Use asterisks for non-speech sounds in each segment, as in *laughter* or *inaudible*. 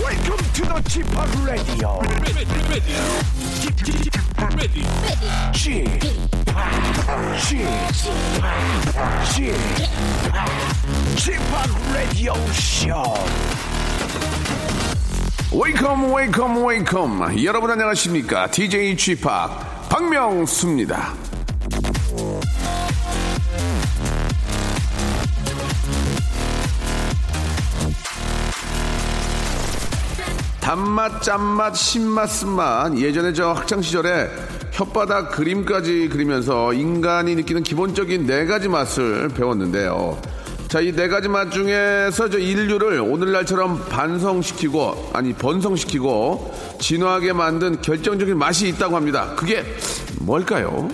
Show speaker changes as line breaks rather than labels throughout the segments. Welcome to the g p Hop Radio. g p Hop Radio Show.
웨이컴 웨이컴 웨이컴 여러분 안녕하십니까 DJ g p 팍 박명수입니다 단맛 짠맛 신맛 쓴맛 예전에 저 학창시절에 혓바닥 그림까지 그리면서 인간이 느끼는 기본적인 네 가지 맛을 배웠는데요 자 이 네 가지 맛 중에서 저 인류를 오늘날처럼 반성시키고 아니 번성시키고 진화하게 만든 결정적인 맛이 있다고 합니다 그게 뭘까요?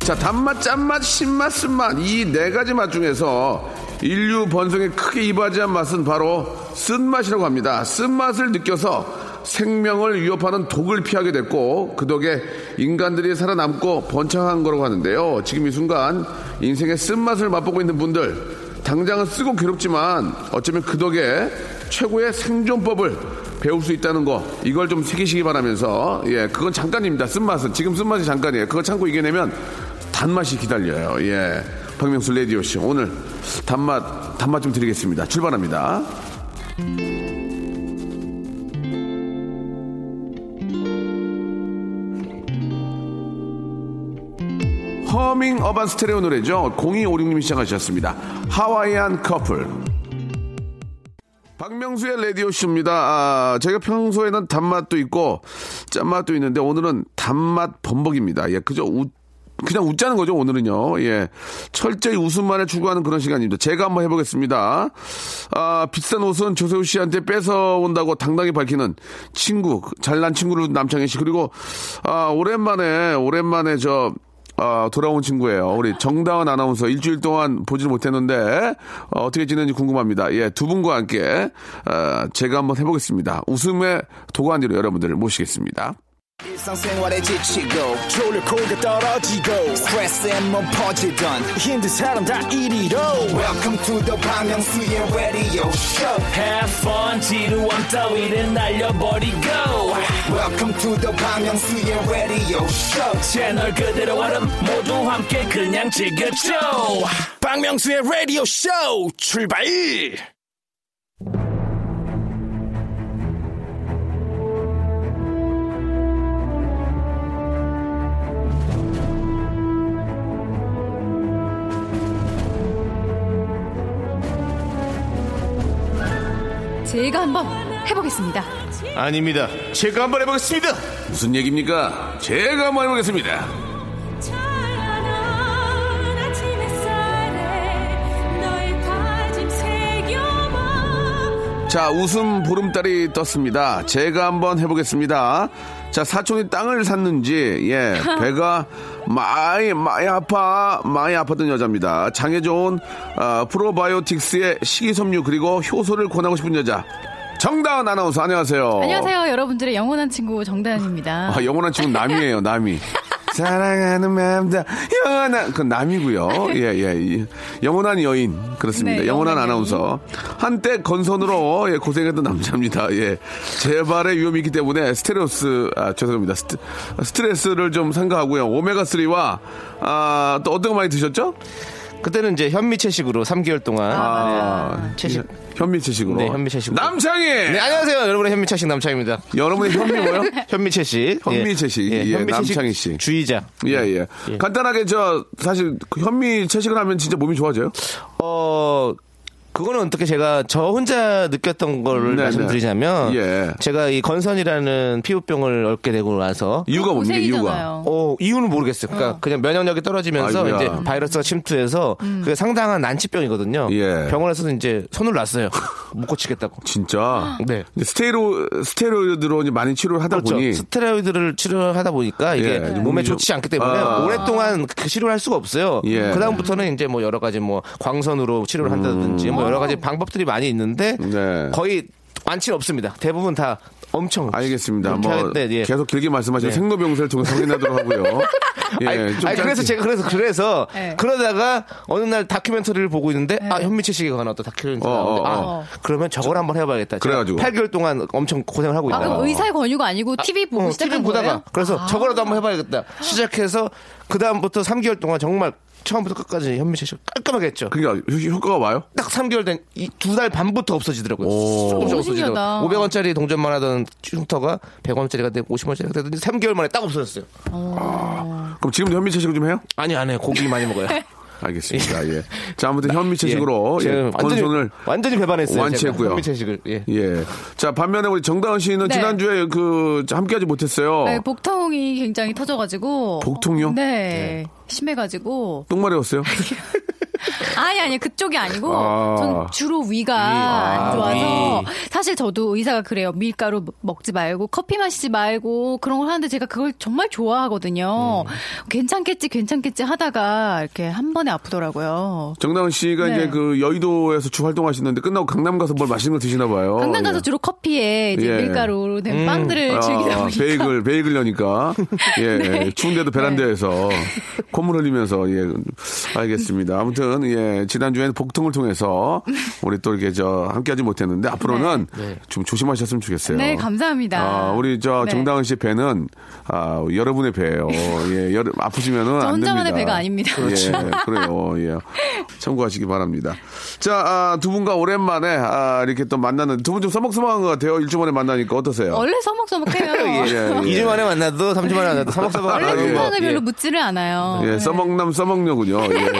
자, 단맛, 짠맛, 신맛, 쓴맛 이 네 가지 맛 중에서 인류 번성에 크게 이바지한 맛은 바로 쓴맛이라고 합니다. 쓴맛을 느껴서 생명을 위협하는 독을 피하게 됐고 그 덕에 인간들이 살아남고 번창한 거라고 하는데요. 지금 이 순간 인생의 쓴맛을 맛보고 있는 분들 당장은 쓰고 괴롭지만 어쩌면 그 덕에 최고의 생존법을 배울 수 있다는 거 이걸 좀 새기시기 바라면서 예 그건 잠깐입니다 쓴맛은 지금 쓴맛이 잠깐이에요 그거 참고 이겨내면 단맛이 기다려요 예 박명수 레디오 씨 오늘 단맛 단맛 좀 드리겠습니다 출발합니다 허밍 어반 스테레오 노래죠 0256님이 시작하셨습니다 하와이안 커플 박명수의 라디오쇼입니다. 아, 저희가 평소에는 단맛도 있고 짠맛도 있는데 오늘은 단맛 범벅입니다. 예, 그저 웃, 그냥 웃자는 거죠, 오늘은요. 예. 철저히 웃음만을 추구하는 그런 시간입니다. 제가 한번 해보겠습니다. 아, 비싼 옷은 조세호 씨한테 뺏어온다고 당당히 밝히는 친구, 잘난 친구로 남창희 씨. 그리고, 아, 오랜만에, 오랜만에 저, 아, 돌아온 친구예요. 우리 정다은 아나운서 일주일 동안 보질 못했는데 어, 떻게 지내는지 궁금합니다. 예, 두 분과 함께 아, 제가 한번 해보겠습니다. 웃음의 도가니로 여러분들을 모시겠습니다.
일상생활에 지치고, 졸려 코가 떨어지고, 스트레스에 몸 퍼지던, 힘든 사람 다 이리로. oh. welcome to the Bang Myung-soo's radio show
Have fun 지루함 따위를 날려버리고
welcome to the Bang Myung-soo's radio show
채널 그대로 얼음 모두 함께 그냥 즐겨줘
박명수의 라디오 쇼 출발!
제가 한번 해보겠습니다.
아닙니다. 제가 한번 해보겠습니다. 무슨 얘기입니까? 제가 한번 해보겠습니다.
찬란한 아침 햇살에 너의 다짐 새겨봐
자, 웃음 보름달이 떴습니다. 제가 한번 해보겠습니다. 자, 사촌이 땅을 샀는지,
*laughs*
예, 배가 많이, 많이 아파, 많이 아팠던 여자입니다. 장에 좋은, 아, 프로바이오틱스의 식이섬유, 그리고 효소를 권하고 싶은 여자. 정다은 아나운서, 안녕하세요.
안녕하세요, 여러분들의 영원한 친구 정다은입니다.
어. 아, 영원한 친구 남이에요, 남이. 사랑하는 마음다 영원한 그 남이고요. 예, 예. 예. 영원한 여인 그렇습니다.
네,
영원한
영원한
아나운서. 한때 건선으로 예, 고생했던 남자입니다. 예. 재발의 위험이 있기 때문에 스트레스 아, 죄송합니다. 스트, 스트레스를 좀 삼가하고요. 오메가 3와 아, 또 어떤 거 많이 드셨죠?
그때는 이제 현미 채식으로 3개월 동안
아,
채식.
현미 채식으로.
네, 현미 채식으로.
남창희.
네 안녕하세요 여러분의 현미 채식 남창입니다.
여러분의 현미
*laughs*
뭐요?
현미 채식,
현미 채식. 예, 남창희 씨.
주의자.
예, 예,
예.
간단하게 저 사실 그 현미 채식을 하면 진짜 몸이 좋아져요?
어 그거는 어떻게 제가 저 혼자 느꼈던 걸
네,
말씀드리자면
네. 예.
제가 이 건선이라는 피부병을 얻게 되고 나서
이유가 뭡니까 이유가
고생이잖아요.
어, 이유는 모르겠어요. 그러니까 그냥 면역력이 떨어지면서
아이고야.
이제 바이러스가 침투해서 그게 상당한 난치병이거든요.
예.
병원에서는 이제 손을 놨어요. 못 고치겠다고.
아.
진짜
네.
스테로 스테로이드로 이제 많이 치료를 하다
그렇죠.
보니
스테로이드를 치료하다 보니까 이게
예, 이제
몸에
몸이
좋지 않기 때문에
아.
오랫동안 그 치료를 할 수가 없어요.
예.
그 다음부터는 이제 뭐 여러 가지 뭐 광선으로 치료를 한다든지 뭐 여러 가지 방법들이 많이 있는데
음. 네.
거의 완치는 없습니다. 대부분 다 엄청
알겠습니다.
그렇게
뭐
하는데, 예.
계속 길게 말씀하시면
네.
생로병사를 통해서 확인하도록 하고요. 예,
*laughs* 아니,
좀
아니, 그래서
짧게.
제가 그래서 그래서
네.
그러다가 어느 날 다큐멘터리를 보고 있는데 아 현미채 씨가 관한 어떤 다큐멘터리
어,
나오는데 아
어,
그러면 저걸 한번 해봐야겠다.
그래가지고.
8개월 동안 엄청 고생을 하고
아,
있다.
어.
그럼 의사의 권유가 아니고 TV 보고
어,
시작한
TV 보다가
거예요? 아.
그래서 저거라도 한번 해봐야겠다. 시작해서 그 다음부터 3개월 동안 정말 처음부터 끝까지 현미채 씨가 깔끔하게 했죠.
그러니까 효- 효과가 와요?
딱 3개월 된 두 달 반부터 없어지더라고요. 조금씩
너무
없어지더라고요.
신기하다.
500원짜리 동전만 하던 흉터가 100원짜리가 되고 50원짜리가 되더니 3개월 만에 딱 없어졌어요.
그럼 지금도 현미채 식으로 좀 해요?
아니 안 해. 고기 많이 *laughs* 먹어요.
알겠습니다. 예. 자 아무튼 현미채 식으로
예.
예.
지금 완전히,
건손을
완전히 배반했어요.
완치했고요.
제가. 현미채식을 예.
예. 자 반면에 우리 정다은 씨는
네.
지난주에 그 함께하지 못했어요.
네, 복통이 굉장히 터져가지고.
복통이요?
네. 심해가지고.
똥마려웠어요?
아니, 아니, 그쪽이 아니고.
아.
전 주로 위가 안 좋아서. 사실 저도 의사가 그래요. 밀가루 먹지 말고, 커피 마시지 말고, 그런 걸 하는데 제가 그걸 정말 좋아하거든요.
음.
괜찮겠지, 괜찮겠지 하다가 이렇게 한 번에 아프더라고요.
정다은 씨가
*laughs* 네.
이제 그 여의도에서 주 활동하시는데 끝나고 강남 가서 뭘 맛있는 거 드시나 봐요.
강남 가서 주로 커피에 이제
어, 예. 아,
밀가루로 된 빵들을 즐기다 보니까.
베이글, 베이글려니까. 예,
*laughs* 네.
예. 추운데도 베란다에서 콧물 흘리면서, 예, 알겠습니다. 아무튼, 예, 지난주에는 복통을 통해서 우리 또 이렇게 저, 함께하지 못했는데 앞으로는 좀 조심하셨으면 좋겠어요.
*laughs* 네, 감사합니다.
아, 우리 저,
네.
정다은 씨의 배는, 아, 여러분의 배예요 예, 여러, 아프시면은.
저
안
혼자만의
됩니다.
배가 아닙니다. 그렇죠.
예, 그래요. 예. 참고하시기 바랍니다. 자, 아, 두 분과 오랜만에, 아, 이렇게 또 만나는, 두 분 좀 서먹서먹한 것 같아요. 일주 만에 만나니까 어떠세요?
원래 서먹서먹해요.
*laughs* 예, 예.
2주 만에 만나도 3주 만에 만나도
아,
원래
서먹서먹하는
예.
상황을
거.
별로
예.
묻지를 않아요.
예,
네.
써먹남 써먹녀군요. 예, 예.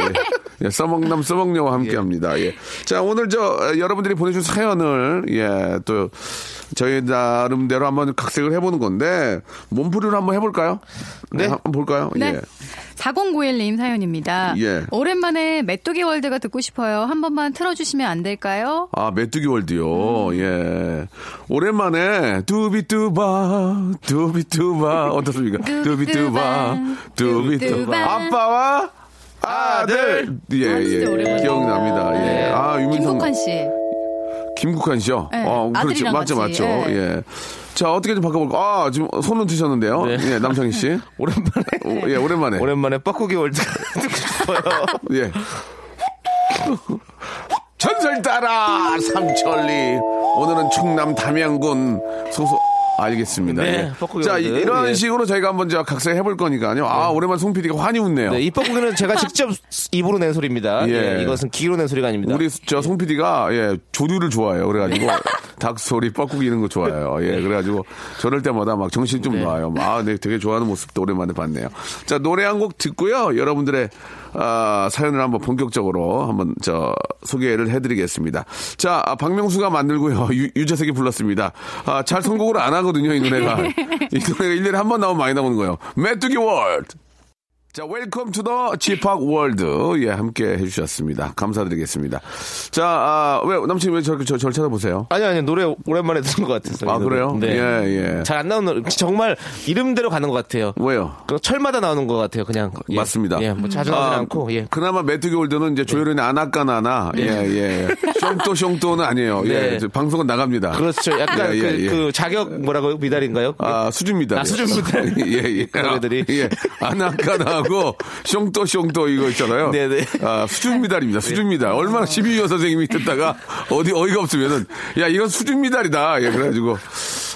예, 써먹남 써먹녀와 함께합니다. 예. 자, 오늘 저 어, 여러분들이 보내준 사연을 예, 또 저희 나름대로 한번 각색을 해보는 건데 몸풀이를 한번 해볼까요? 네, 한번 볼까요?
네.
예.
4091님 사연입니다.
예.
오랜만에 메뚜기 월드가 듣고 싶어요. 한 번만 틀어주시면 안 될까요?
아, 메뚜기 월드요. 예. 오랜만에 두비뚜바, 두비뚜바 어떻습니까? 두비뚜바, 두비뚜바. 아빠와 아들. 예,
아, 진짜
예.
오랜만이다. 네.
기억납니다. 예. 아, 유민성
김국환 씨.
김국환 씨요?
네,
어, 그렇죠.
아들이랑
맞죠,
같이,
맞죠.
예.
예. 자, 어떻게 좀 바꿔볼까? 아, 지금 손은 드셨는데요. 예, 남창희 씨. *laughs*
오랜만에
오, 예, 오랜만에.
오랜만에 뻐꾸기 월드 듣고 싶어요.
예. 전설 따라 삼천리. 오늘은 충남 담양군 소속. 알겠습니다.
네,
예.
뻐꾸기
자, 이-
월드.
이런
예.
식으로 저희가 한번 제 각색해 볼 거니까요. 아, 오랜만에 송 PD가 환히 웃네요.
네, 이
*laughs*
뻐꾸기는 제가 직접 입으로 낸 소리입니다.
어. 예.
예. 이것은 귀로 낸 소리가 아닙니다. 네.
우리 저 송 PD가 예 조류를 좋아해요. 그래가지고 *laughs* 닭 소리 뻐꾸기 이런 거 좋아해요. 예 그래가지고 저럴 때마다 막 정신 이좀 나와요. 아, 네 되게 좋아하는 모습도 오랜만에 봤네요. 자 노래 한 곡 듣고요. 여러분들의 아, 사연을 한번 본격적으로 한번 저 소개를 해드리겠습니다. 자 아, 박명수가 만들고요 *laughs* 유, 유재석이 불렀습니다. 아, 잘 선곡을 안 하거든요 이 노래가
*laughs*
이 노래가 일년에 한 번 나오면 많이 나오는 거예요. 메뚜기 월드. 자, 웰컴 투 더 집합 월드. 예, 함께 해주셨습니다. 감사드리겠습니다. 자, 아, 왜, 남친이 왜 저렇게 저, 절 쳐다보세요?
아니 아니 노래 오랜만에 듣는 것 같아서.
아,
이 노래.
그래요?
네.
예, 예.
잘 안 나오는 노래. 정말 이름대로 가는 것 같아요.
왜요?
그 철마다 나오는 것 같아요. 그냥 예.
맞습니다. 아.
예, 뭐 자주 나오진 않고 예.
그나마 메뚜기 월드는 이제 조혜련의 아나까나나, 예, 예. 숑또 숑또는 아니에요. 예,
네.
이제 방송은 나갑니다.
그렇죠. 약간
예, 예,
그,
예.
그 자격 뭐라고 미달인가요?
아, 수줍니다.
아, 수줍니다.
*laughs* 예, 예.
*laughs* 그 노래들이.
예. 아나까나하고 숑또 숑또 이거 있잖아요.
네, 어. 네.
아, 수줍미달입니다. 수줍미달. 얼마나 12위 선생님이 듣다가 어디 어이가 없으면은 야, 이건 수줍미달이다. 예, 그래가지고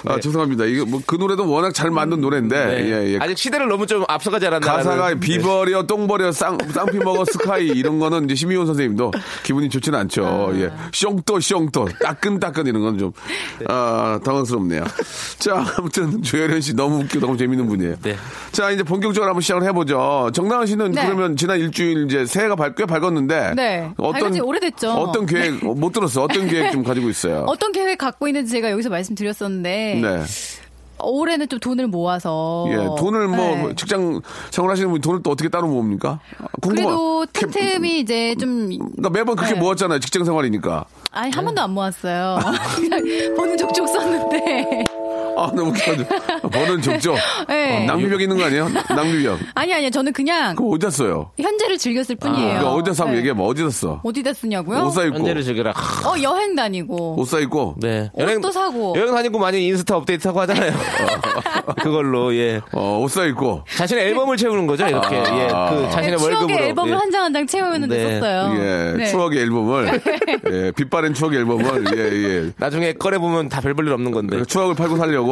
아, 죄송합니다. 이거 뭐 그 노래도 워낙 잘 만든 노래인데
네.
예, 예.
아직 시대를 너무 좀 앞서가지 네, 않았나.
가사가 비버려 똥버려 쌍 쌍피 먹어 스카이 이런 거는 이제 심의원 선생님도 기분이 좋지는 않죠. 예, 쇽또 쇽또 따끈따끈 이런 건 좀 아, 당황스럽네요. 자 아무튼 조혜련 씨 너무 웃기고 너무 재밌는 분이에요.
네.
자 이제 본격적으로 한번 시작을 해보죠. 정다은 씨는
네.
그러면 지난 일주일 이제 새해가 밝, 꽤 밝았는데
네. 밝은 지 오래됐죠. 네.
어떤 계획 어, 못 들었어? 어떤 계획 좀 가지고 있어요?
어떤 계획 갖고 있는지 제가 여기서 말씀드렸었는데
아. 네.
올해는 좀 돈을 모아서
예, 돈을 뭐
네.
직장 생활하시는 분이 돈을 또 어떻게 따로 모읍니까? 아, 궁금하-
그래도
이렇게
틈틈이 이제 좀
그러니까 매번 그렇게
네.
모았잖아요. 직장 생활이니까.
아니 한
네.
번도 안
*laughs*
모았어요. 그냥 보는 족족 썼는데
아 너무 웃겨. 버는 적죠.
네.
어, 낭비벽 있는 거 아니에요? 낭비벽.
아니 아니요 저는 그냥
그거 어디다 써요?
현재를 즐겼을 뿐이에요.
그러니까 어디다 사면
네.
얘기해. 뭐 어디다 써?
어디다 쓰냐고요?
옷사 입고.
현재를 즐기라.
어 여행 다니고
옷사 입고.
네.
옷도 사고.
여행 다니고 많이 인스타
*laughs*
업데이트하고 하잖아요. 그걸로 예.
어, 옷사 입고.
자신의 앨범을 채우는 거죠
아.
이렇게. 예. 그
네,
자신의
그 추억의
월급으로.
앨범을
예.
한 장 한 장 채우는 데
네.
썼어요.
예,
네.
추억의
*laughs*
앨범을. 예, 빛바랜 추억의 앨범을. 예,
나중에 꺼내 보면 다 별볼일 없는 건데.
예. 추억을 팔고 살려고.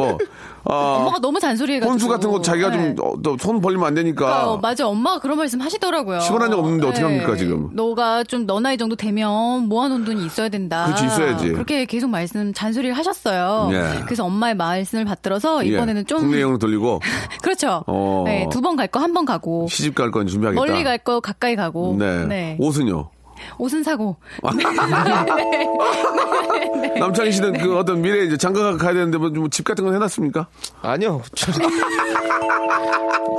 아,
엄마가 너무 잔소리해가지고
혼수 같은 거 자기가
네.
좀 어, 손 벌리면 안 되니까.
그러니까요. 맞아. 엄마가 그런 말씀 하시더라고요. 네.
시원한 적 없는데 어떻게 합니까, 지금?
너가 좀 너 나이 정도 되면 모아놓은 돈이 있어야 된다.
그치, 있어야지.
그렇게 계속 말씀 잔소리를 하셨어요.
예.
그래서 엄마의 말씀을 받들어서
예,
이번에는 좀
국내 여행으로
*laughs*
돌리고
그렇죠.
어.
네, 두 번 갈 거 한 번 가고
시집 갈 건 준비하겠다.
멀리 갈 거 가까이 가고
네. 아.
네.
옷은요?
옷은 사고
남창희 씨는 그 어떤 미래에 이제 장가 가야 되는데 뭐 집 같은 건 해놨습니까?
아니요. 저-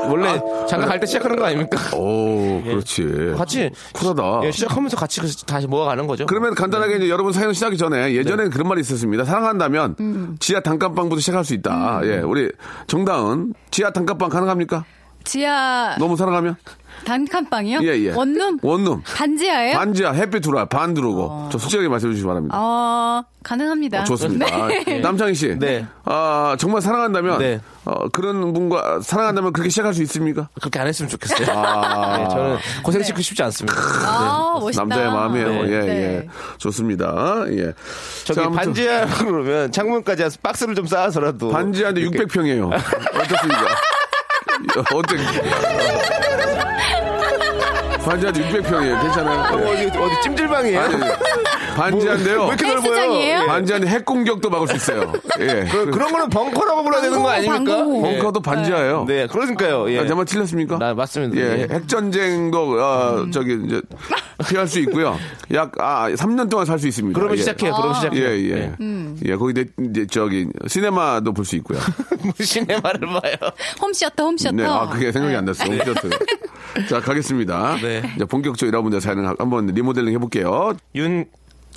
원래 잠깐 갈 때 시작하는 거 아닙니까?
오, 그렇지.
어, 예. 같이
쿨하다.
예, 시작하면서 같이 그- 다시 모아가는 거죠.
그러면 간단하게 이제 여러분 사연 시작하기 전에
네.
예전에는 그런 말이 있었습니다. 사랑한다면 지하 단칸방부터 시작할 수 있다. 예, 우리 정다은 지하 단칸방 가능합니까?
지하
너무 사랑하면?
단칸방이요?
예, 예.
원룸?
원룸.
반지하예요?
반지하 햇빛 들어와 반 들어오고 저 솔직하게 말씀해 주시기 바랍니다.
어, 가능합니다. 네.
어, 좋습니다. 아, 남창희 씨,
네.
아 정말 사랑한다면
네.
어, 그런 분과 사랑한다면 그렇게 시작할 수 있습니까?
그렇게 안 했으면 좋겠어요. 네, 저는 고생 시키고 싶지 않습니다.
아, 멋있다.
남자의 마음이에요.
네.
예, 예.
네.
좋습니다. 예.
저기
자, 아무튼
반지하 그러면 창문까지 와서 박스를 좀 쌓아서라도
반지한데
이렇게
600평이에요. 어떻습니까?
*laughs*
어떻게? 반지한데 600평이에요.
어,
괜찮아요. 예.
어디 어디 찜질방이에요?
반지한데요.
뭐, 왜 이렇게
헬스장이에요?
넓어요?
반지한데 핵 공격도 막을 수 있어요. 예.
그, 그런 거는 벙커라고 불러야 되는 거 아닙니까?
방공.
예.
벙커도 반지하예요.
네, 그러니까요. 예.
아, 제말 틀렸습니까?
나 맞습니다.
예,
예.
핵전쟁도 어, 저기 이제 피할 수 있고요. 약 아, 3년 동안 살 수 있습니다.
그러면
예.
시작해요. 그럼
예,
시작해요.
예. 예, 거기 내, 이제 저기 시네마도 볼 수 *laughs* 있고요.
예. *laughs* 시네마를 봐요.
홈시어터, 홈시어터.
네, 아 그게 생각이 안 났어. *laughs* 웃겼어요. 자 가겠습니다.
네.
이제 본격적으로 여러분들 사연 한번 리모델링 해볼게요.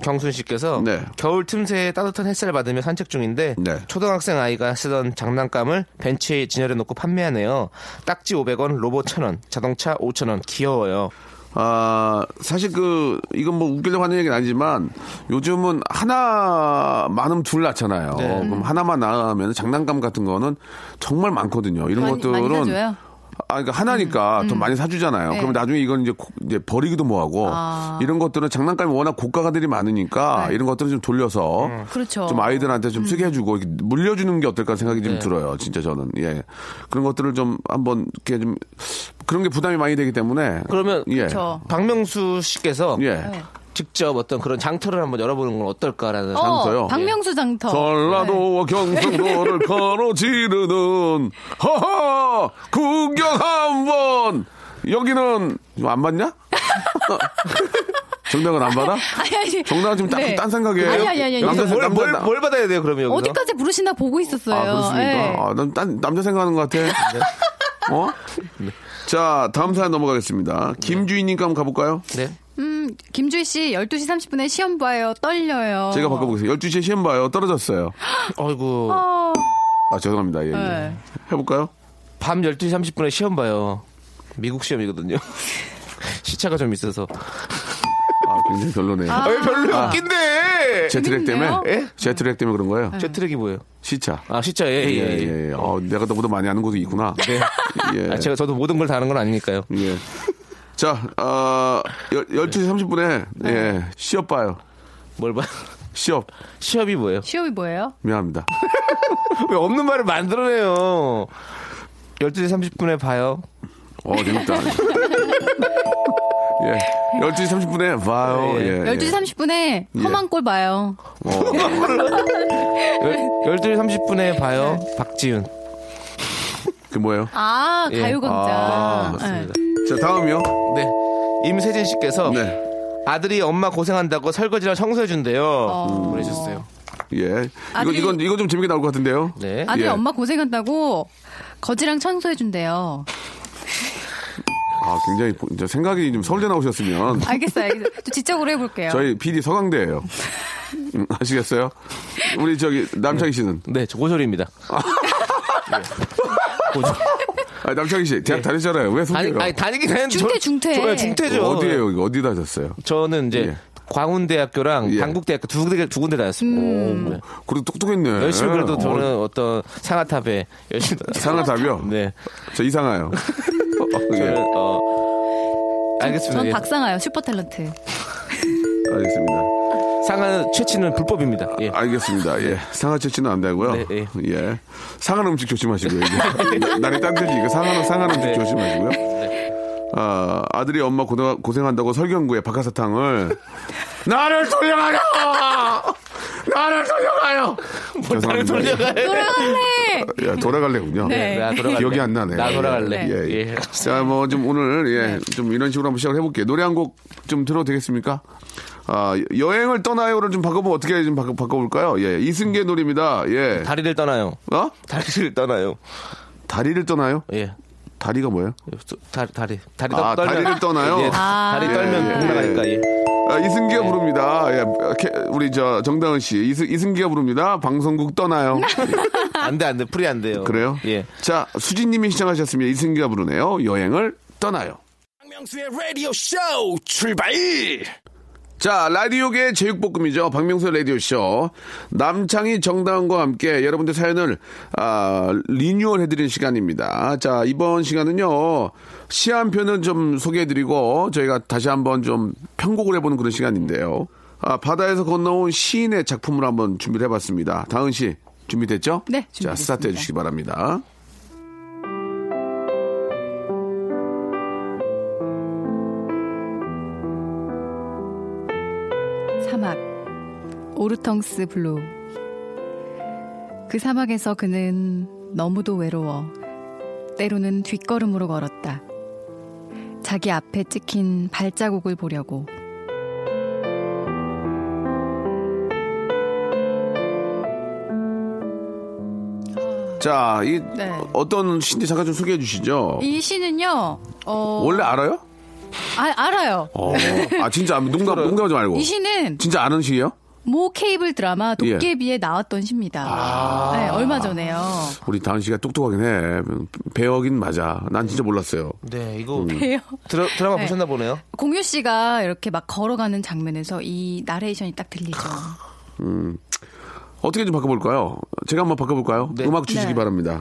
윤경순 씨께서
네.
겨울 틈새에 따뜻한 햇살 받으며 산책 중인데
네.
초등학생 아이가 쓰던 장난감을 벤치에 진열해 놓고 판매하네요. 딱지 500원, 로봇 1000원, 자동차 5000원. 귀여워요.
아 사실 그 이건 뭐 웃기려고 하는 얘기는 아니지만 요즘은 하나 많으면 둘 낳잖아요. 그럼 하나만 낳으면 장난감 같은 거는 정말 많거든요. 이런
많이- 많이
것들은
사줘요?
아, 그러니까 하나니까
음,
더 많이 사주잖아요. 그럼 나중에 이건 이제, 고- 이제 버리기도 뭐하고
네. 아.
이런 것들은 장난감이 워낙 고가가들이 많으니까
네. 음.
이런 것들은 좀 돌려서
그렇죠.
좀 아이들한테 좀 쓰게 해주고 이렇게 물려주는 게 어떨까 생각이 좀 들어요. 진짜 저는 예 그런 것들을 좀 한번 이렇게 좀 그런 게 부담이 많이 되기 때문에
그러면
예.
그렇죠. 네.
박명수 씨께서
예.
직접 어떤 그런 장터를 한번 열어보는 건 어떨까라는
어,
장터요?
박명수 장터.
네. 전라도와
네. *laughs*
경상도를 가로지르는 허허 구경 한번 여기는 이거 안 받냐? *laughs* 정답은 안 받아?
네. 아니, 아니.
정답은 지금 딱
네.
딴 생각이에요.
아니, 아니, 아니, 아니.
여기서
남자
뭘,
생각
뭘, 뭘 받아야 돼요 그럼 여기서?
어디까지 부르시나 보고 있었어요.
아, 그렇습니까?
예.
아, 난, 딴 남자 생각하는 것 같아. 어? 자, 다음 사연 넘어가겠습니다. 김주희님과 한번 가볼까요?
네.
음, 김주희 씨 12시 30분에 시험 봐요. 떨려요.
제가 바꿔보겠습니다. 12시에 시험 봐요. 떨어졌어요.
어이구
어,
아, 죄송합니다. 예, 예.
네.
해볼까요?
밤 12시 30분에 시험 봐요. 미국 시험이거든요. *laughs* 시차가 좀 있어서.
아, 굉장히 별로네요.
아, 왜 별로 웃긴데?
제트랙 때문에?
재밌네요. 네.
예?
제트랙 때문에 그런 거예요?
제 트랙이 뭐예요?
시차.
아, 시차, 예,
예,
예. 예,
예, 예. 어, 내가 너보다 많이 아는 곳도 있구나. 예.
아, 제가 저도 모든 걸 다 아는 건 아니니까요.
예. 아,
네.
자, 어, 열- 12시 30분에, 예, 시험 봐요.
뭘 봐. *laughs*
시업.
시합이 뭐예요?
시험이 뭐예요?
미안합니다.
왜 없는 말을 만들어내요? 12시 30분에 봐요.
어, 재밌다. 예. 12시 30분에 봐요.
예.
예.
12시 30분에 험한 꼴 봐요.
열, 12시 30분에 봐요. 박지윤.
그 뭐예요?
아,
예.
가요광장. 네.
아, 맞습니다.
자, 다음이요.
네. 임세진 씨께서
네.
아들이 엄마 고생한다고 설거지랑 청소해준대요.
어.
보내셨어요.
예. 이거,
아들이-
이건, 이거 좀 재밌게 나올 것 같은데요.
네.
아들
예.
엄마 고생한다고 거지랑 청소해준대요.
아, 굉장히 보- 저 생각이 좀 서울대 나오셨으면.
알겠어요, 알겠어요. 저 지적으로 해볼게요.
저희 PD
*laughs*
서강대예요 음, 아시겠어요? 우리 저기 남창희 씨는
네, 저 고졸입니다.
아, 남창희 씨 대학 다니잖아요. 왜
네. 아니,
소개가?
아니, 다니긴 했는데.
중퇴,
저-
중퇴.
저- 네, 중퇴죠.
어디에요? 이거 어디 다녔어요?
저는 이제
예.
광운대학교랑
예.
당국대학교 두 군데, 두 군데 다녔습니다. 네.
그래도 똑똑했네.
열심히 그래도
어,
저는 어떤 상아탑에 열심히.
이상한 답이요.
네.
저
*laughs*
이상아요. 어, 예,
저는, 어, 알겠습니다.
전
예.
박상아요, 슈퍼탤런트.
알겠습니다.
상아는 채취는 불법입니다. 예.
알겠습니다. 예. 상하 채취는 안 되고요.
네, 예.
예. 상한 음식 조심하시고요. 이제.
*laughs*
나- 날이 딴 데지. 이거 상한, 상한
네.
음식 조심하시고요. 아, 아들이 엄마 고생, 고생한다고 설경구에 박하사탕을 나를 돌려가요! 나를 돌려가요!
나를
예.
돌려가요.
돌아갈래!
야, 예, 돌아갈래군요.
네.
나 돌아갈래.
기억이 안 나네.
나 돌아갈래.
예, 예.
예.
자, 뭐 좀 오늘 예, 좀 이런 식으로 한번 시작을 해볼게요. 노래 한 곡 좀 들어도 되겠습니까? 아, 여행을 떠나요를 좀 바꿔보면 어떻게 좀 바꿔, 바꿔볼까요? 예, 이승기의 노래입니다. 예.
다리를 떠나요.
어?
다리를 떠나요.
다리를 떠나요?
예.
다리가 뭐예요?
다리, 다리. 다리
아,
떨면.
다리를 떠나요?
예.
아.
다리
예,
떨면
예,
목 나가니까,
예.
예.
아, 이승기가 부릅니다. 예, 케- 우리 저 정다은 씨, 이승, 이승기가 부릅니다. 방송국 떠나요.
안 돼, 안 돼. 풀이 안 돼요.
그래요?
예.
자, 수진님이 시청하셨습니다. 이승기가 부르네요. 여행을 떠나요.
박명수의 라디오 쇼 출발
자, 라디오계 제육볶음이죠. 박명수 라디오쇼. 남창희 정다은과 함께 여러분들 사연을, 아, 리뉴얼 해드리는 시간입니다. 자, 이번 시간은요, 시한편은 좀 소개해드리고, 저희가 다시 한번 좀 편곡을 해보는 그런 시간인데요. 아, 바다에서 건너온 시인의 작품을 한번 준비를 해봤습니다. 다은 씨, 준비됐죠?
네,
자,
준비됐습니다.
스타트 해주시기 바랍니다.
사막 오르텅스 블루 그 사막에서 그는 너무도 외로워 때로는 뒷걸음으로 걸었다 자기 앞에 찍힌 발자국을 보려고
자, 이,
네.
어떤 시인지 잠깐 좀 소개해 주시죠.
이 시는요 어,
원래 알아요?
아, 알아요
어, 아, 진짜, 안- 농담, 농담하지 말고.
이 시는
진짜 아는 시예요?
모 케이블 드라마 도깨비에 나왔던 시입니다 네, 얼마 전에요 *laughs*
우리 다은 씨가 똑똑하긴 해. 배역인 맞아. 난 진짜 몰랐어요.
네, 이거.
음.
그래요?
드라, 드라마
네.
보셨나 보네요.
공유 씨가 이렇게 막 걸어가는 장면에서 이 나레이션이 딱 들리죠
어떻게 좀 바꿔볼까요? 제가 한번 바꿔볼까요?
네.
음악 주시기
네.
바랍니다.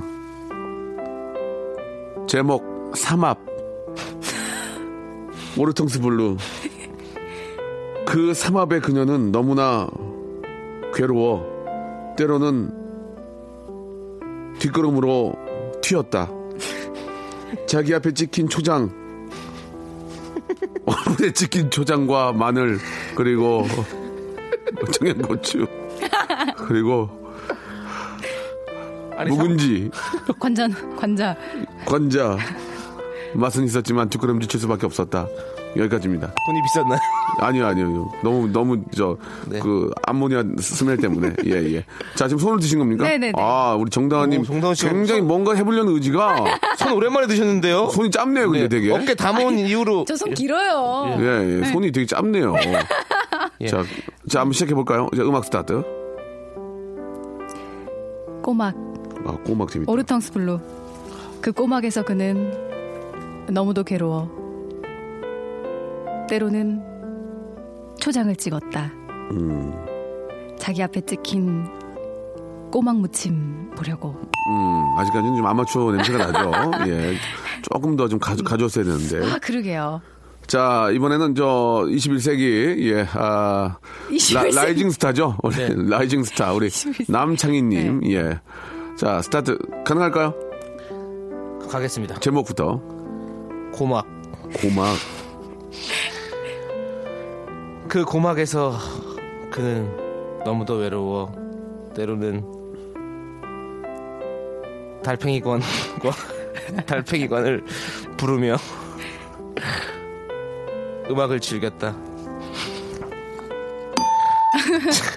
제목 삼합 오르통스 블루 그 삼합의 그녀는 너무나 괴로워 때로는 뒷걸음으로 튀었다 자기 앞에 찍힌 초장 *laughs* 얼굴에 찍힌 초장과 마늘 그리고 *laughs* 청양고추 그리고 묵은지
관전 관자
관자 맛은 있었지만 뒷걸음질 칠 수밖에 없었다 여기까지입니다
돈이 비쌌나요?
아니요 아니요, 아니요 너무 너무 저 그
네.
암모니아 스멜 때문에 예예 자 지금 손을 드신 겁니까
네네네.
아 우리 정다은님
오, 정다은 씨가
굉장히
손-
뭔가 해보려는
*laughs*
의지가
손 오랜만에 드셨는데요.
손이 짧네요 근데
네.
되게
어깨 다 모은 이후로.
저 손 길어요
예, 예. 손이 되게 짧네요
예.
자, 자 한번 시작해 볼까요 자 음악 스타트
꼬막
아 꼬막 재밌다
오르탕스 블루 그 꼬막에서 그는 너무도 괴로워 때로는 초장을 찍었다
음.
자기 앞에 찍힌 꼬막 무침 보려고
음, 아직까지는 좀 아마추어 냄새가 나죠. 예. 조금 더 좀 가져, 가져왔어야 되는데.
아 그러게요
자, 이번에는 저 21세기, 예, 아, 라,
21세기. 네.
라이징 스타죠? 우리 *laughs* 라이징 스타, 우리
21세기. 네.
남창희님, 예. 자, 스타트 가능할까요?
가겠습니다.
제목부터.
고막.
고막.
그 고막에서 그는 너무도 외로워 때로는 달팽이관과 *laughs* 달팽이관을 부르며 음악을 즐겼다.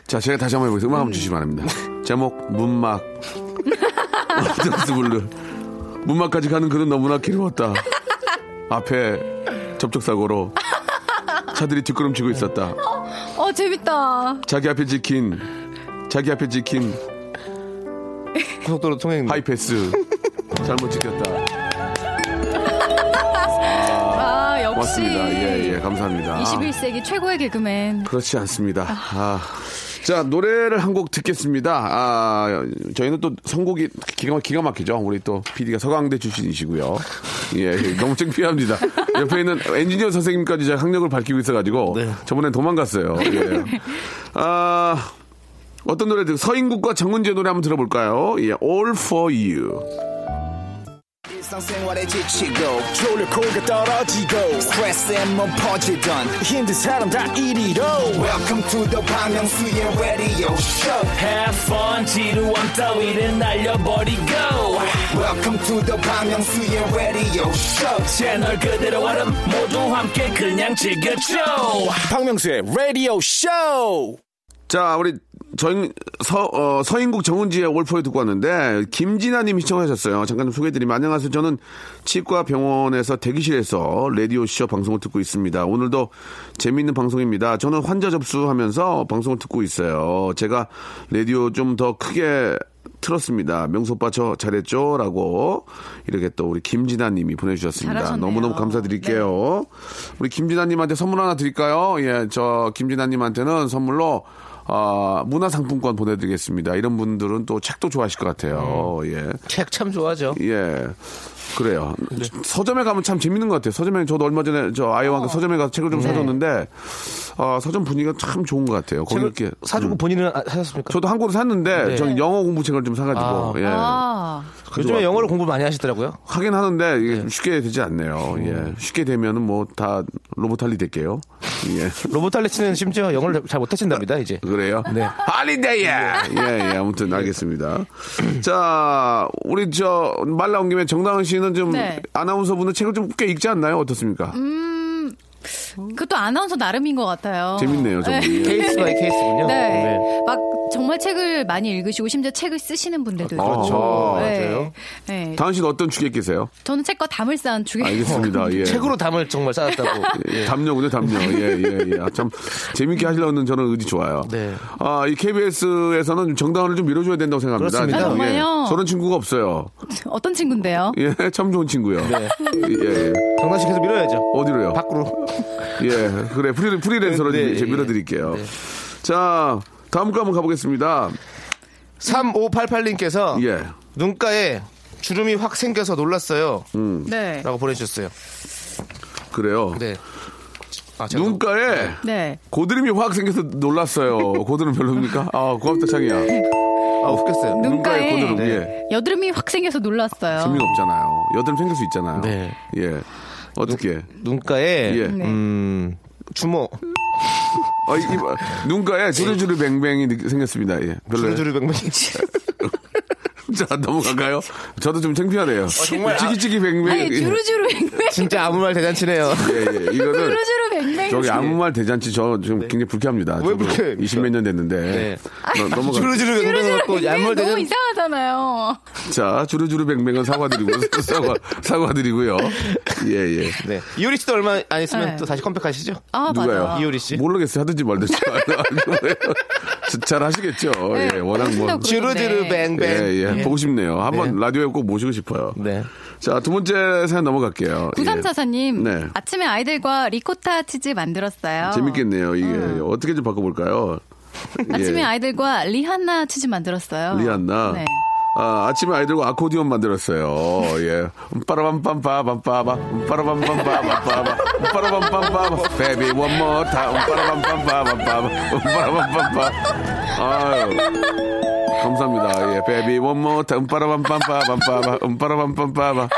자, 제가 다시 한번 해보겠습니다. 음악 한번 주시기 바랍니다. 제목, 문막. 어드스블루 문막까지 가는 그는 너무나 괴로웠다. 앞에 접촉사고로 차들이 뒷걸음치고 있었다.
어, 재밌다.
자기 앞에 지킨, 자기 앞에 지킨
고속도로 통행
하이패스. 잘못 지켰다.
아, 역시.
고맙습니다. 예, 네. 예, 감사합니다.
21세기 최고의 개그맨.
그렇지 않습니다. 아. 자, 노래를 한 곡 듣겠습니다. 아, 저희는 또 선곡이 기가, 막- 기가 막히죠. 우리 또 PD가 서강대 출신이시고요. 예, 예, 너무 창피합니다. 옆에 있는 엔지니어 선생님까지 제가 학력을 밝히고 있어가지고 저번에 도망갔어요. 예. 아, 어떤 노래 들 서인국과 정은지의 노래 한번 들어볼까요? 예, All for You.
일상생활에 지치고, 졸려 코가 떨어지고, 스트레스에 몸 퍼지던, 힘든 사람 다 이리로. welcome to the Bang Myung-soo's radio show
Have fun 지루함 따위를 날려버리고
welcome to the Bang Myung-soo's radio show
채널 그대로 얼음 모두 함께 그냥 즐겨줘
박명수의 radio show
자, 우리 정, 서, 어, 서인국 정은지의 올포에 듣고 왔는데 김진아님이 시청하셨어요. 잠깐 좀 소개해드리면 안녕하세요. 저는 치과 병원에서 대기실에서 라디오 쇼 방송을 듣고 있습니다. 오늘도 재미있는 방송입니다. 저는 환자 접수하면서 방송을 듣고 있어요. 제가 라디오 좀 더 크게 틀었습니다. 명수 오빠 저 잘했죠? 라고 이렇게 또 우리 김진아님이 보내주셨습니다.
잘하셨네요.
너무너무 감사드릴게요. 우리 김진아님한테 선물 하나 드릴까요? 예, 저 김진아님한테는 선물로 아, 문화상품권 보내드리겠습니다. 이런 분들은 또 책도 좋아하실 것 같아요.
네.
예.
책 참 좋아하죠.
예. 그래요.
네.
서점에 가면 참 재밌는 것 같아요. 서점에 저도 얼마 전에 저 아이와 서점에 가서 책을
네.
좀 사줬는데 아, 서점 분위기가 참 좋은 것 같아요. 거기
책을
이렇게
사주고
음.
본인은 아- 사셨습니까?
저도 한 권을 샀는데
네.
저는 영어 공부책을 좀 사가지고
아.
예.
아,
요즘에
가져왔고.
영어를 네. 공부 많이 하시더라고요.
하긴 하는데 이게 쉽게 되지 않네요.
음.
예. 쉽게 되면은 뭐 다 로봇 할리 될게요. 예.
로봇 탈리치는 심지어 영어를 잘 못하신답니다 이제.
그래요? 네. 할리데이! 예, 예, 아무튼
*clears throat*
알겠습니다. 자, 우리 저, 말 나온 김에 정다은 씨는 좀,
네. 음.
아나운서 분은 책을 좀 꽤 읽지 않나요? 어떻습니까?
그것도 아나운서 나름인 것 같아요.
재밌네요, 정말.
네.
예.
케이스 바이 케이스군요.
네. 막 정말 책을 많이 읽으시고 심지어 책을 쓰시는 분들도 있고.
그렇죠.
맞아요.
네.
다은 씨는 어떤 축에 계세요?
저는 책과 담을 쌓은 중에
*laughs*
알겠습니다. 예.
책으로 담을 정말 쌓았다고.
예, 담요군요, 담요. 예, 예, 예. 아, 참, 재밌게 하시려는 저는 의지 좋아요.
네.
아, 이 KBS에서는 정당을 좀 밀어줘야 된다고 생각합니다.
그렇습니다.
아, 정말요?
예. 저런 친구가 없어요.
*laughs* 어떤 친구인데요?
예, 참 좋은 친구요.
네.
예, 예.
장난식 계속 밀어야죠.
어디로요? *laughs*
밖으로.
예, 그래. 프리, 프리랜서로
네,
이제
예.
밀어드릴게요. 자, 다음 거 한번 가보겠습니다.
3588님께서
예.
눈가에 주름이 확 생겨서 놀랐어요.
음.
네.
라고 보내주셨어요.
그래요.
네. 아, 제가
눈가에
네.
고드름이 확 생겨서 놀랐어요. 고드름 별로입니까? 아, 고맙다, 창이야.
아, 웃겼어요.
눈가에,
고드름,
네.
예.
여드름이 확 생겨서 놀랐어요.
재미가 없잖아요. 여드름 생길 수 있잖아요.
네.
예. 어떻게?
눈가에
예.
네.
음, 주먹,
아, 이, 이, 눈가에 주르주르 뱅뱅이 느- 생겼습니다. 예. 별로예요.
주르주르 뱅뱅이지. *laughs*
자, 넘어갈까요? 저도 좀 창피하네요.
정말 아-
찌기찌기 뱅뱅.
아니, 주루주루 뱅뱅.
진짜 아무 말 대잔치네요. *laughs*
예, 예.
*laughs*
이거는
주루주루 뱅뱅.
저기 아무 말 대잔치 저 지금 굉장히 불쾌합니다.
왜 불쾌해요?
20 몇 년 됐는데.
네.
넘어가.
주르주르 뱅뱅 갖고
뱅뱅
아무
너무
말 대잔.
이상하잖아요.
자, 주르주르 뱅뱅은 사과드리고 사과 사과드리고요. 예, 예.
네. 이효리 씨도 얼마 안 있으면
네.
또 다시 컴백하시죠?
아,
누가요?
맞아.
이효리 씨.
모르겠어요. 하든지 말든지. 잘 하시겠죠. 예, 워낙 뭐.
하신다고
주르주르
그러던데.
뱅뱅.
예, 예. 보고 싶네요. 한번
네.
라디오에 꼭 모시고 싶어요.
네.
자, 두 번째 사연 넘어갈게요.
구삼사사님
네.
아침에 아이들과 리코타 치즈 만들었어요.
예. 재밌겠네요. 이게 어떻게 좀 바꿔 볼까요?
아침에 아이들과 리한나 치즈 만들었어요.
예. 리안나.
네.
아, 아침에 아이들과 아코디언 만들었어요. 예. 빠라밤빰빠밤빠바, 빠라밤빰빠밤빠바, 빠라밤빰빠바, baby one more time, 빠라밤빰빠밤빠바, 빠라밤빰빠. 아유. 감사합니다. 예, baby one more time, 빠라밤빰빠밤빠바, 빠라밤빰빠바.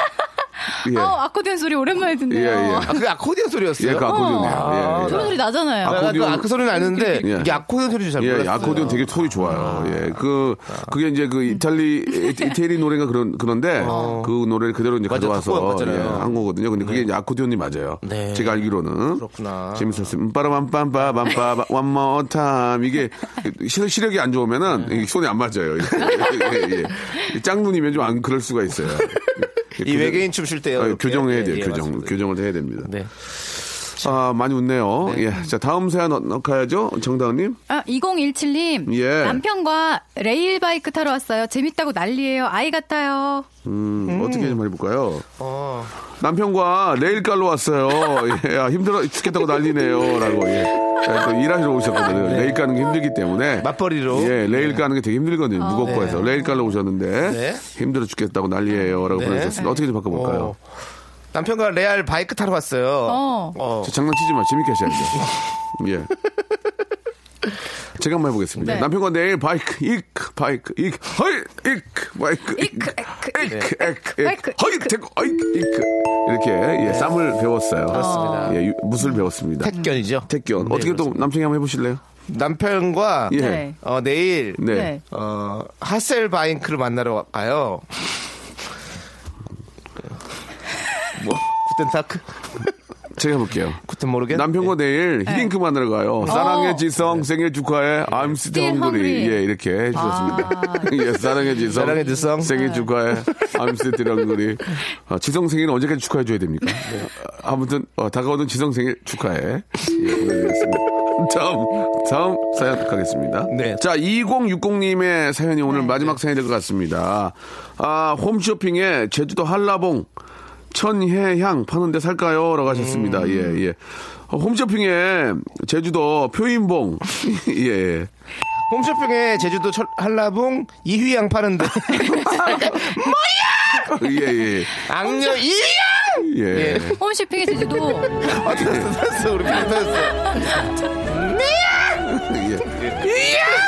예.
어, 아코디언 소리 오랜만에
예,
듣네요.
예.
아, 그게 아코디언 소리였어요.
예, 그 아코디언. 예, 예.
그런 소리 나잖아요.
아,
아코디언.
그, 아, 그 소리는 아는데
예.
이게 아코디언 소리도 잘
예,
몰랐어요.
아코디언 되게 소리 좋아요. 예, 그 그게 이제 그 이탈리 이- 이태리 노래가 그런 그런데
어.
그 노래를 그대로 이제
맞아, 갖고
가져와서
왔잖아요.
예, 한 거거든요. 근데 그게 이제 아코디언이 맞아요.
네.
제가 알기로는
그렇구나.
재밌었습니다. 음, 빠라밤빰빠밤빠바 원머 타임 이게 시- 시력이 안 좋으면은
네.
이 손이 안 맞아요. 예, 예, 예. 짝눈이면 좀 안 그럴 수가 있어요. 예,
이
교정-
외계인 춤출 때요.
아,
이렇게.
교정해야
예,
돼요.
예,
교정
맞습니다.
교정을 해야 됩니다.
네.
아 많이 웃네요. 예, 자 다음 사연 넣- 넣어야죠. 정다은님.
아, 2017님.
예.
남편과 레일 바이크 타러 왔어요. 재밌다고 난리예요. 아이 같아요.
음, 어떻게 좀 해볼까요?
어.
남편과 레일 깔러 왔어요. 예, 아, 힘들어 죽겠다고 난리네요. 라고. 예. 예, 또 일하시러 오셨거든요. 레일 까는 게 힘들기 때문에.
아, 네. 맞벌이로.
예, 레일 까는 게 되게 힘들거든요. 무겁고
네.
해서. 레일 깔러 오셨는데.
네.
힘들어 죽겠다고 난리예요. 라고
네.
보내셨습니다. 어떻게 좀 바꿔볼까요?
어. 남편과 레알 바이크 타러 왔어요.
어.
어.
자, 장난치지 마. 재밌게 하셔야죠.
*laughs*
예. 제가 한번 해보겠습니다.
네.
남편과 내일 바이크, 이크, 바이크, 이크, 허이, 이크, 바이크,
이크, 그,
예.
이크, 이크, 이크,
바이크,
이크, 허이,
이크.
대고, 이크, 이크. 이렇게, 예, 쌈을 배웠어요.
그렇습니다.
예, 유- 무술 배웠습니다.
택견이죠.
택견.
네,
어떻게 또
그렇습니다.
남편이 한번 해보실래요?
남편과
예.
네.
어, 내일
네.
네.
어, 하셀 바이크를 만나러 가요. 뭐 구텐타크
제가 해볼게요.
구텐 모르게
남편과 내일 히딩크 만나러 가요. 사랑의 지성 생일 축하해. I'm still
Still
hungry.
hungry.
예, 이렇게 해주셨습니다. *laughs* 예, 사랑의 지성.
사랑의 지성.
생일 축하해. I'm still hungry. 아, 지성 생일은 언제까지 축하해줘야 됩니까? 아, 아무튼, 어, 다가오는 지성 생일 축하해. 예, 보내드리겠습니다. 다음, 다음 사연 가겠습니다.
네.
자, 2060님의 사연이 오늘 마지막 사연이 될 것 같습니다. 아, 홈쇼핑에 제주도 한라봉 천혜향 파는데 살까요? 라고 하셨습니다. 예, 예. 어, 홈쇼핑에 제주도 표인봉. *laughs* 예, 예.
네. 홈쇼핑에 제주도 철- 한라봉
*laughs*
이휘양 파는데
예, 예.
악녀 이휘양
예.
예.
홈쇼핑에 제주도
*laughs* 탔어 우리 팬 탔어
예.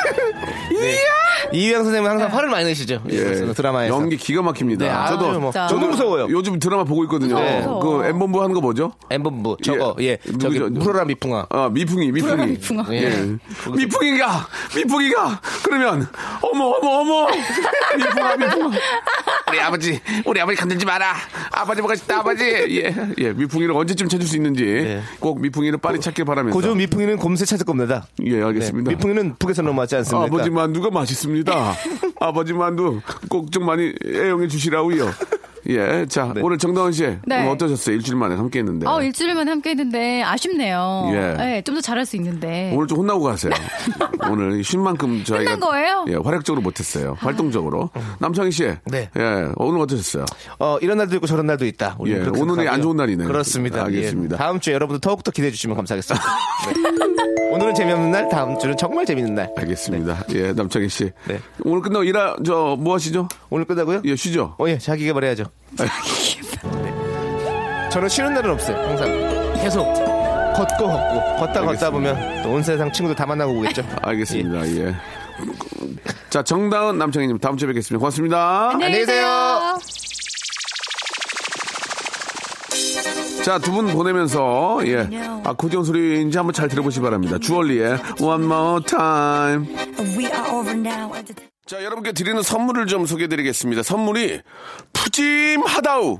이휘양 선생님 은
네.
항상 화를 많이 내시죠 예, 그렇습니다. 드라마에서
연기 기가 막힙니다.
네, 아유,
저도
뭐,
진짜.
저도 무서워요
요즘 드라마 보고 있거든요.
네.
그 엠본부 하는 거 뭐죠?
엠본부 저거
예.
예, 저기
누구죠?
프로라 미풍아
아, 미풍이, 미풍이. 미풍아.
예.
미풍이가, 미풍이가, 그러면, 어머, 어머, 어머. *laughs* 미풍아, 미풍아. 우리 아버지, 우리 아버지 건들지 마라. 아버지 보고 싶다, 아버지. 예, 예. 미풍이를 언제쯤 찾을 수 있는지 꼭 미풍이를 빨리 찾길 바라면서.
네. 고조 미풍이는 곰새 찾을 겁니다
예,
네,
알겠습니다.
미풍이는 북에서 넘어왔지 않습니까
아버지 만두가 맛있습니다.
*laughs*
아버지 만두 꼭 좀 많이 애용해 주시라고요. 예, 자
네.
오늘 정다은 씨
네.
오늘 어떠셨어요? 일주일 만에 함께했는데
어, 일주일만 함께 했는데 아쉽네요.
예.
좀 더 잘할 수 있는데.
오늘 좀 혼나고
*laughs*
가세요. 오늘 쉰 만큼 저희가
끝난 네. 거예요? 아.
예, 활약적으로 못했어요. 활동적으로 남창희 씨,
네.
예, 오늘 어떠셨어요?
어, 이런 날도 있고 저런 날도 있다. 우리는
예,
그렇게
오늘이
생각하고요.
안 좋은 날이네요.
그렇습니다.
알겠습니다.
예, 다음 주에 여러분들 더욱더 기대해 주시면
*laughs*
감사하겠습니다. 네. 오늘은 재미없는 날, 다음 주는 정말 재밌는 날.
알겠습니다. 예, 남창희 씨,
네.
오늘 끝나고 일하 저 뭐 하시죠?
오늘 끝나고요?
예, 쉬죠.
어, 예, 자기가 말해야죠.
*laughs*
네. 저는 쉬는 날은 없어요. 항상 계속 걷고 걷고 걷다 걷다
알겠습니다.
보면 또 온 세상 친구들 다 만나고 오겠죠.
*laughs* 알겠습니다. 예. 자, 정다은 남창희님 다음 주에 뵙겠습니다. 고맙습니다.
안녕히 계세요.
자, 두 분 보내면서, 예. 아코디언 소리인지 한번 잘 들어보시기 바랍니다. 주얼리의 One More Time. 자, 여러분께 드리는 선물을 좀 소개해드리겠습니다. 선물이 푸짐하다우.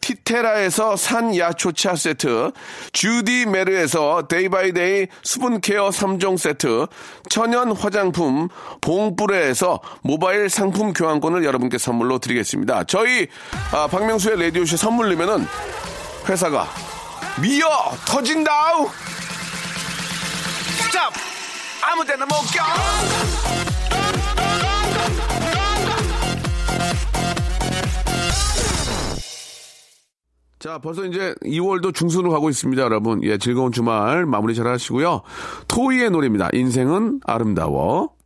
티테라에서 산야초차 세트, 주디 메르에서 데이바이데이 수분케어 3종 세트, 천연 화장품 봉뿌레에서 모바일 상품 교환권을 여러분께 선물로 드리겠습니다. 저희 아, 박명수의 라디오쇼 선물리면은 회사가 미어 터진다우! 스탑! 아무 데나 못 가! 자, 벌써 이제 2월도 중순으로 가고 있습니다, 여러분. 예, 즐거운 주말 마무리 잘 하시고요. 토이의 노래입니다. 인생은 아름다워.